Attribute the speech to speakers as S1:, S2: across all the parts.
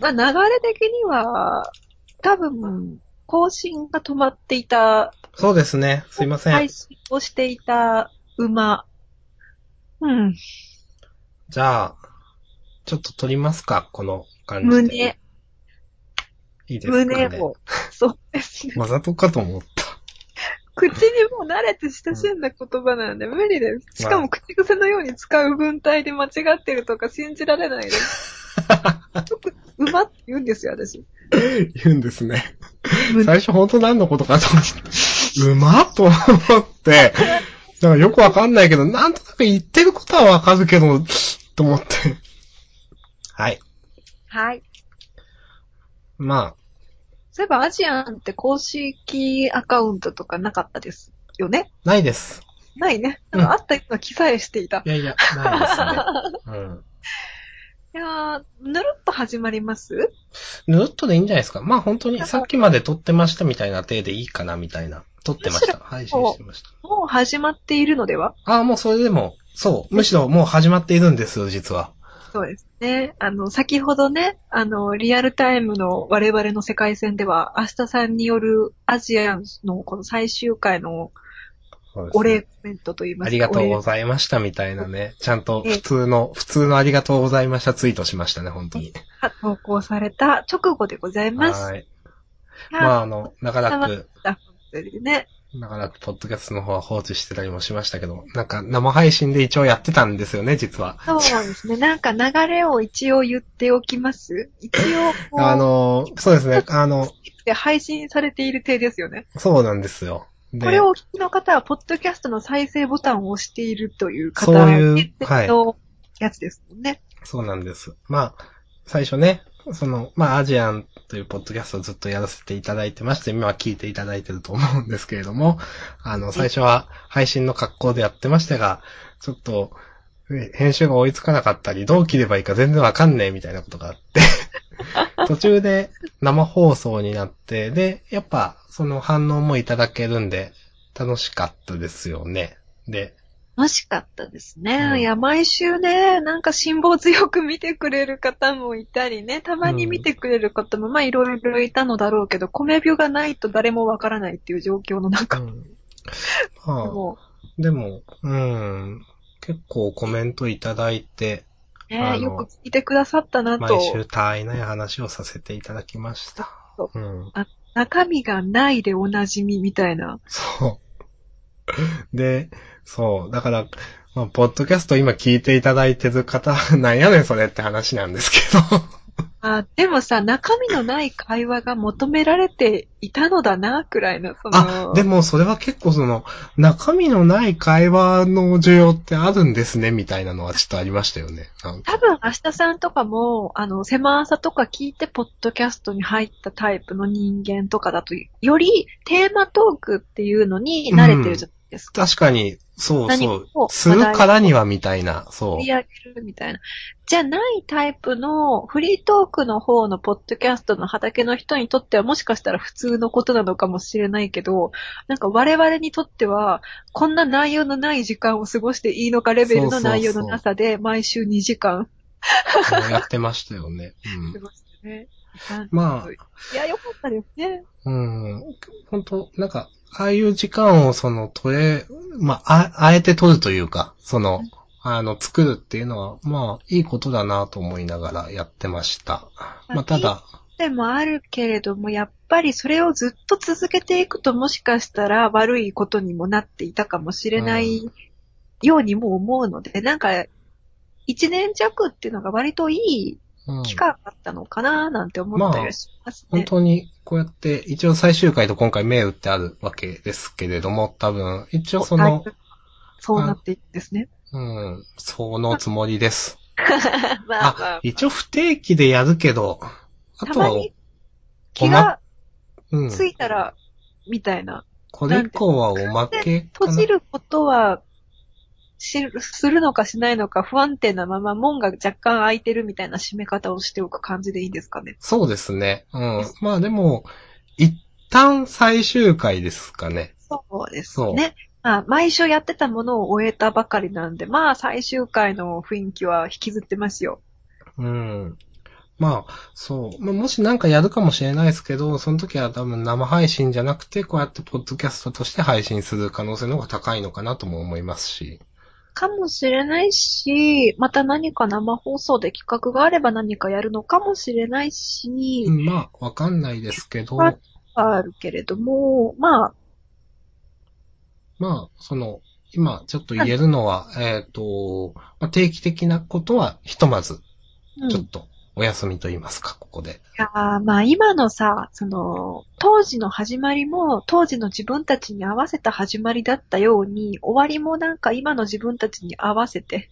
S1: まあ、流れ的には、多分、更新が止まっていた、
S2: そうですね。すいません
S1: 配。信をしていた馬。うん、
S2: じゃあ、ちょっと撮りますか、この感じで。
S1: 胸、
S2: いいですかね。
S1: 胸を。そうですね。
S2: わざとかと思った。
S1: 口にもう慣れて親しんだ言葉なんで無理です。しかも口癖のように使う文体で間違ってるとか信じられないです。 よく馬って言うんですよ、私。
S2: 言うんですね。
S1: 胸
S2: 最初本当何のことかと思って、うまっと思って、なんかよくわかんないけど、なんとなく言ってることはわかるけど、と思って。はい。
S1: はい。
S2: まあ、
S1: そういえばアジアンって公式アカウントとかなかったですよね
S2: ないです。
S1: ないね。
S2: うん
S1: なんかあったような記載していた。
S2: いやいや、ないですね。 うん。
S1: いやー、ぬるっと始まります
S2: ずっとでいいんじゃないですか。まあ本当に、さっきまで撮ってましたみたいな体でいいかなみたいな。撮ってました。配信してました。
S1: もう始まっているのでは
S2: ああ、もうそれでも、そう。むしろもう始まっているんですよ、実は。
S1: そうですね。あの、先ほどね、あの、リアルタイムの我々の世界戦では、明日さんによるアジアンのこの最終回のお礼コメントといいますか。
S2: ありがとう
S1: お
S2: ご
S1: 礼
S2: ざいましたみたいなね。ちゃんと普通の、普通のありがとうございましたツイートしましたね、本当に。
S1: が投稿された直後でございます。
S2: はいい。まああの、長らく、
S1: や。本当にね。
S2: 長らくポッドキャストの方は放置してたりもしましたけど、なんか生配信で一応やってたんですよね、実は。
S1: そうですね。なんか流れを一応言っておきます。一応、こう、
S2: あの、そうですね、あの、
S1: で配信されている体ですよね。
S2: そうなんですよ。で
S1: これをお聞きの方は、ポッドキャストの再生ボタンを押しているという方
S2: そういう
S1: 限定のやつですもんね。
S2: そうなんです。まあ、最初ね、その、まあ、アジアンというポッドキャストをずっとやらせていただいてまして、今は聞いていただいてると思うんですけれども、あの、最初は配信の格好でやってましたが、ちょっと、え編集が追いつかなかったり、どう切ればいいか全然わかんねえみたいなことがあって、 途中で生放送になって、で、やっぱ、その反応もいただけるんで、楽しかったですよね。で、
S1: 楽しかったですね。
S2: うん
S1: いや、毎週ね、なんか辛抱強く見てくれる方もいたりね、たまに見てくれる方も、まあいろいろいたのだろうけど、米病がないと誰もわからないっていう状況の中、
S2: うんまあ
S1: も
S2: でも、うん、結構コメントいただいて、
S1: う、ね
S2: あの
S1: よく聞いてくださったな
S2: 毎
S1: と、
S2: 週他愛ない話をさせていただきました
S1: そ。
S2: うん、
S1: 中身がないでおなじみみたいな。
S2: そう。で、そう、だから、まあ、ポッドキャスト今聞いていただいてる方、なんやねんそれって話なんですけど。
S1: あでもさ、中身のない会話が求められていたのだな、くらいの、そ
S2: あ
S1: の、、
S2: でもそれは結構その、中身のない会話の需要ってあるんですね、みたいなのはちょっとありましたよね。なんか
S1: 多分、明日さんとかも、あの、狭さとか聞いて、ポッドキャストに入ったタイプの人間とかだと、よりテーマトークっていうのに慣れてるじゃないですか。
S2: 確かに、そう
S1: 何
S2: そ
S1: か
S2: う
S1: を。
S2: するからにはみたいな、そう
S1: 振り。上げるみたいな。じゃないタイプの、フリートークの方のポッドキャストの畑の人にとってはもしかしたら普通のことなのかもしれないけど、なんか我々にとっては、こんな内容のない時間を過ごしていいのかレベルの
S2: そうそうそう
S1: 内容のなさで、毎週2時間
S2: やってましたよね。
S1: 過ごしてね。
S2: ま
S1: いや、よかったですね。
S2: うん。うん。本当なんか、ああいう時間をその、取れ、まあ、あ、あえて取るというか、その、あの、作るっていうのは、まあ、いいことだなと思いながらやってました。まあ、ただ、
S1: でもあるけれども、やっぱりそれをずっと続けていくともしかしたら悪いことにもなっていたかもしれないようにも思うので、なんか、一年弱っていうのが割といい
S2: うん、
S1: 期間だったのかななんて思ったりします
S2: 本
S1: ね。
S2: 当に、こうやって、一応最終回と今回銘打ってあるわけですけれども、多分、一応その
S1: だい、ぶそうなっていくんですね。
S2: うん、そのつもりです。
S1: まあま
S2: あ
S1: あ、、
S2: 一応不定期でやるけど、あ
S1: た
S2: と
S1: ま
S2: は、
S1: に気が
S2: うん
S1: ついたら、みたいな。
S2: これ以降はおまけか
S1: 閉
S2: な
S1: じることは、し、するのかしないのか不安定なまま門が若干開いてるみたいな締め方をしておく感じでいいんですかね。
S2: そうですね。うん。まあでも、一旦最終回ですかね。
S1: そうです
S2: そう
S1: ね。まあ、毎週やってたものを終えたばかりなんで、まあ、最終回の雰囲気は引きずってますよ。
S2: うん。まあ、そう。まあ、もしなんかやるかもしれないですけど、その時は多分生配信じゃなくて、こうやってポッドキャストとして配信する可能性の方が高いのかなとも思いますし。
S1: かもしれないし、また何か生放送で企画があれば何かやるのかもしれないし、
S2: うんまあ、わかんないですけど、
S1: はあるけれども、まあ、
S2: まあ、その、今ちょっと言えるのは、えっ、と、まあ、定期的なことは、ひとまず、
S1: うん。
S2: ちょ
S1: い
S2: っと、お休みと言いますか、ここ で。
S1: やーまあ今のさ、その、当時の始まりも、当時の自分たちに合わせた始まりだったように、終わりもなんか今の自分たちに合わせて、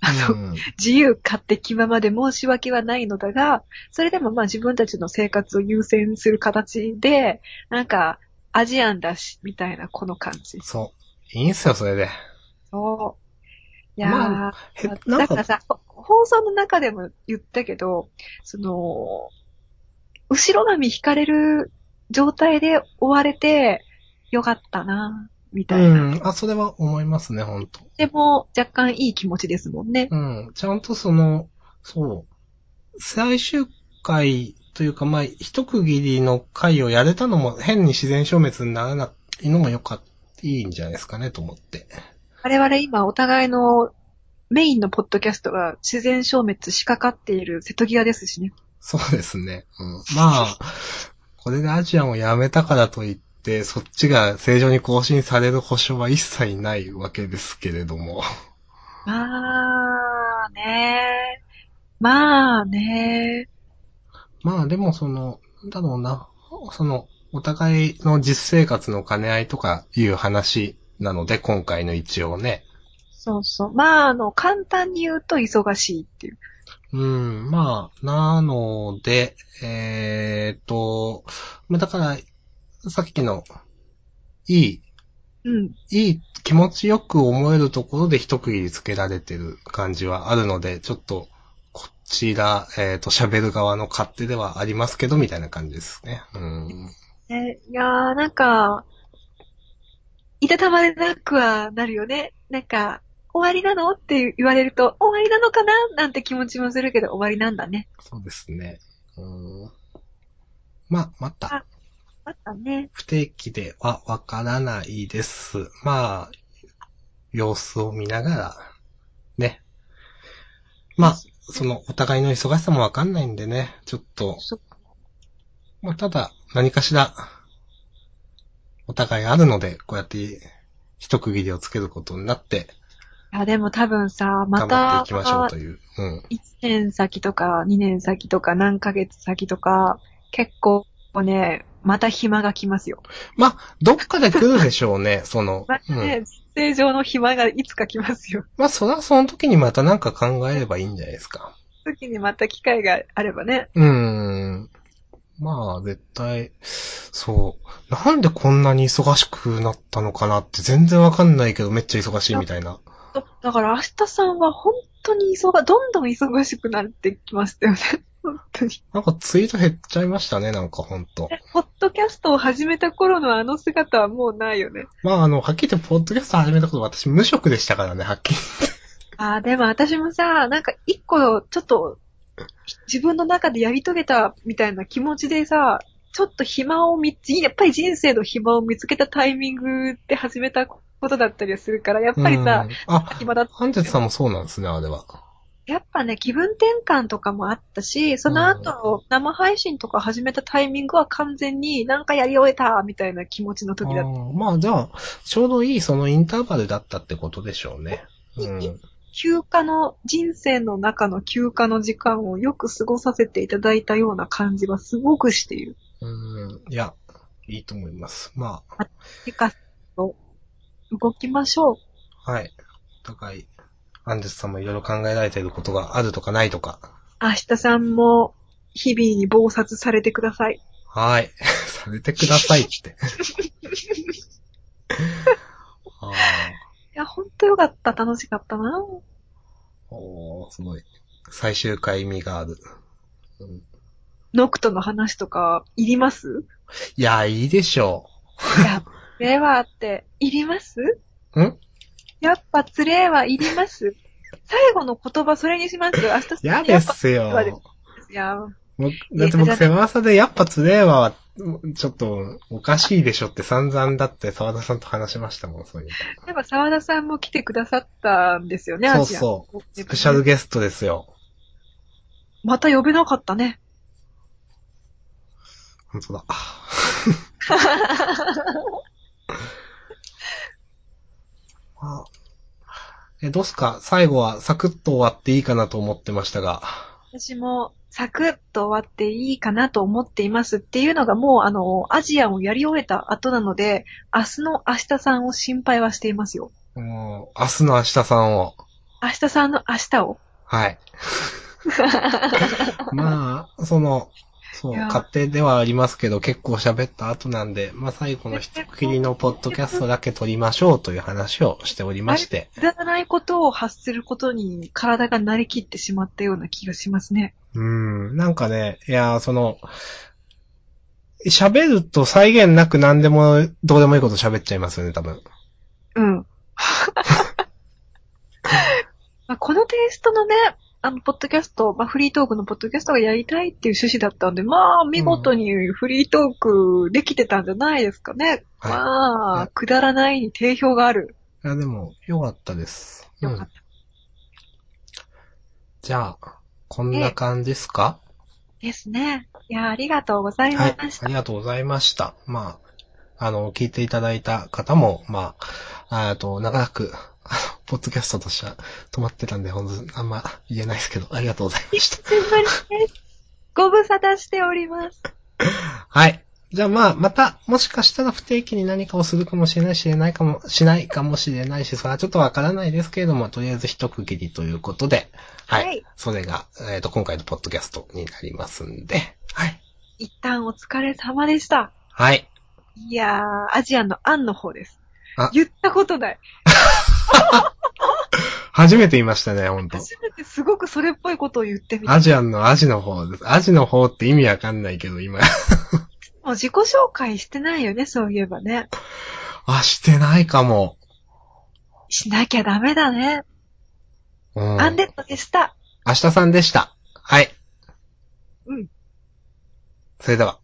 S1: あの、
S2: うん
S1: 自由勝手気ままで申し訳はないのだが、それでもまあ自分たちの生活を優先する形で、なんか、アジアンだし、みたいなこの感じ。
S2: そう。いいんすよ、それで。
S1: そう。いやー、
S2: まへな
S1: だ
S2: ん
S1: から
S2: か、
S1: さ、ほ放送の中でも言ったけど、その、後ろ髪引かれる状態で追われて、よかったな、み
S2: う
S1: たいな。
S2: ん。あ、それは思いますね、本当
S1: でも、若干いい気持ちですもんね。
S2: うん。ちゃんとその、そう。最終回というか、まあ、一区切りの回をやれたのも変に自然消滅にならないのもよかった。いいんじゃないですかね、と思って。
S1: 我々今お互いのメインのポッドキャストが自然消滅しかかっている瀬戸際ですしね。
S2: そうですね。うん、まあ、これでアジアンをやめたからといって、そっちが正常に更新される保証は一切ないわけですけれども。
S1: まあねまあね
S2: まあでもその、なんだろうな、その、お互いの実生活の兼ね合いとかいう話なので、今回の一応ね。
S1: そうそう。まああの、簡単に言うと忙しいっていう。
S2: うん、まあ、なので、えーっと、まあだから、さっきの、い
S1: うん。
S2: い、いい、気持ちよく思えるところで一区切りつけられてる感じはあるので、ちょっと、こちら、えーっと、喋る側の勝手ではありますけど、みたいな感じですね。うん。
S1: ね、いやーなんか、いたたまれなくはなるよね。なんか、終わりなのって言われると、終わりなのかななんて気持ちもするけど、終わりなんだね。
S2: そうですね。うん。まあ、また
S1: あ、あったね。
S2: 不定期ではわからないです。まあ、様子を見ながら、ね。まあ、その、お互いの忙しさもわかんないんでね、ちょっと、
S1: そ
S2: まあ、ただ、何かしら、お互いあるので、こうやって、一区切りをつけることになって、
S1: いや、でも多分さ、ま
S2: 頑張
S1: た、
S2: っていきましょうという。うん。
S1: 1年先とか2年先とか何ヶ月先とか、結構ね、また暇が来ますよ。
S2: まあ、どっかで来るでしょうね、その。
S1: また
S2: うん
S1: ね、正常の暇がいつか来ますよ。
S2: まあ、それはその時にまたなんか考えればいいんじゃないですか。
S1: 時にまた機会があればね。
S2: うーん。まあ、絶対、そう。なんでこんなに忙しくなったのかなって全然わかんないけど、めっちゃ忙しいみたいな。
S1: だだから明日さんは本当に忙、どんどん忙しくなってきましたよね。 本当に。
S2: なんかツイート減っちゃいましたね、なんかほんと。
S1: ポッドキャストを始めた頃のあの姿はもうないよね。
S2: まあ、あの、はっきり言って、ポッドキャスト始めたこと私無職でしたからね、はっきり。
S1: ああ、でも私もさ、なんか一個、ちょっと、自分の中でやり遂げたみたいな気持ちでさ、ちょっと暇を見つ、やっぱり人生の暇を見つけたタイミングで始めたことだったりはするから、やっぱりさ、
S2: うん、あ、
S1: 暇だっ
S2: ハンジェツさんもそうなんですね、あれは。
S1: やっぱね、気分転換とかもあったし、その後、生配信とか始めたタイミングは完全になんかやり終えたみたいな気持ちの時だ
S2: あ
S1: った。
S2: ーまあ、じゃあ、ちょうどいいそのインターバルだったってことでしょうね。うん。
S1: 休暇の、人生の中の休暇の時間をよく過ごさせていただいたような感じはすごくしている。
S2: うん。いや、いいと思います。まあ、
S1: てか、動きましょう。
S2: はい。お互い、アンジェスさんもいろいろ考えられていることがあるとかないとか。
S1: 明日さんも、日々に暴殺されてください。
S2: はい。 されてくださいって。 あ
S1: いや、ほんとよかった。楽しかったな。
S2: あ、おーすごい。最終回味がある。うん
S1: ノクトの話とか、いります
S2: いや、いいでしょ
S1: いや、つれはって、いります
S2: う。ん
S1: やっぱつれはいります最後の言葉それにします。明日さん
S2: や
S1: や
S2: で
S1: っぱ
S2: すよ
S1: やっぱ。いや、
S2: 僕だって僕、狭さでやっぱつれーわは、ちょっとおかしいでしょって散々だって沢田さんと話しましたもん、そういう。
S1: やっぱ沢田さんも来てくださったんですよね、
S2: そう
S1: アジア
S2: そう。スペシャルゲストですよ。
S1: また呼べなかったね。
S2: 本当だ。あえ、どうすか最後はサクッと終わっていいかなと思ってましたが。
S1: 私もサクッと終わっていいかなと思っていますっていうのがもうあの、アジアをやり終えた後なので、明日の明日さんを心配はしていますよ。
S2: もう、明日の明日さんを。
S1: 明日さんの明日を。
S2: はい。まあ、その、そう、
S1: いや
S2: 勝手ではありますけど、結構喋った後なんで、まあ最後のひとっきりのポッドキャストだけ撮りましょうという話をしておりまして、
S1: くだらないことを発することに体がなりきってしまったような気がしますね。
S2: うん、なんかね、いや、その、喋ると再現なく何でも、どうでもいいこと喋っちゃいますよね、多分。
S1: うん。 まあこのテイストのね、あの、ポッドキャスト、まあ、フリートークのポッドキャストがやりたいっていう趣旨だったんで、まあ、見事にフリートークできてたんじゃないですかね。
S2: はい
S1: ま
S2: は
S1: あ
S2: い、
S1: くだらないに定評がある。
S2: いや、でも、良かったです。う
S1: よかっ
S2: ん
S1: た。。
S2: じゃあ、こんな感じですか
S1: ですね。いや、ありがとうございま
S2: はい。
S1: した。
S2: ありがとうございました。まあ、あの、聞いていただいた方も、まあ、あと、長らく、 あのポッドキャストとしては止まってたんで、ほんと、あんま言えないですけど、ありがとうござい ました。
S1: すんまりです。ご無沙汰しております。
S2: はい。じゃあまあ、また、もしかしたら不定期に何かをするかもしれないし、しないかも、しないかもしれないし、それはちょっとわからないですけれども、とりあえず一区切りということで、はい。
S1: はい
S2: それが、えっ、と、今回のポッドキャストになりますんで、はい。
S1: 一旦お疲れ様でした。
S2: はい。
S1: いやー、アジアンのアンの方です
S2: あ。
S1: 言ったことない。
S2: 初めて言いましたね、本当
S1: 初めてすごくそれっぽいことを言ってみた。
S2: アジアンのアジの方です。アジの方って意味わかんないけど、今。
S1: もう自己紹介してないよね、そういえばね。
S2: あ、してないかも。
S1: しなきゃダメだね。
S2: うん。
S1: アンデッドでした。
S2: 明日さんでした。はい。
S1: うん。
S2: それでは。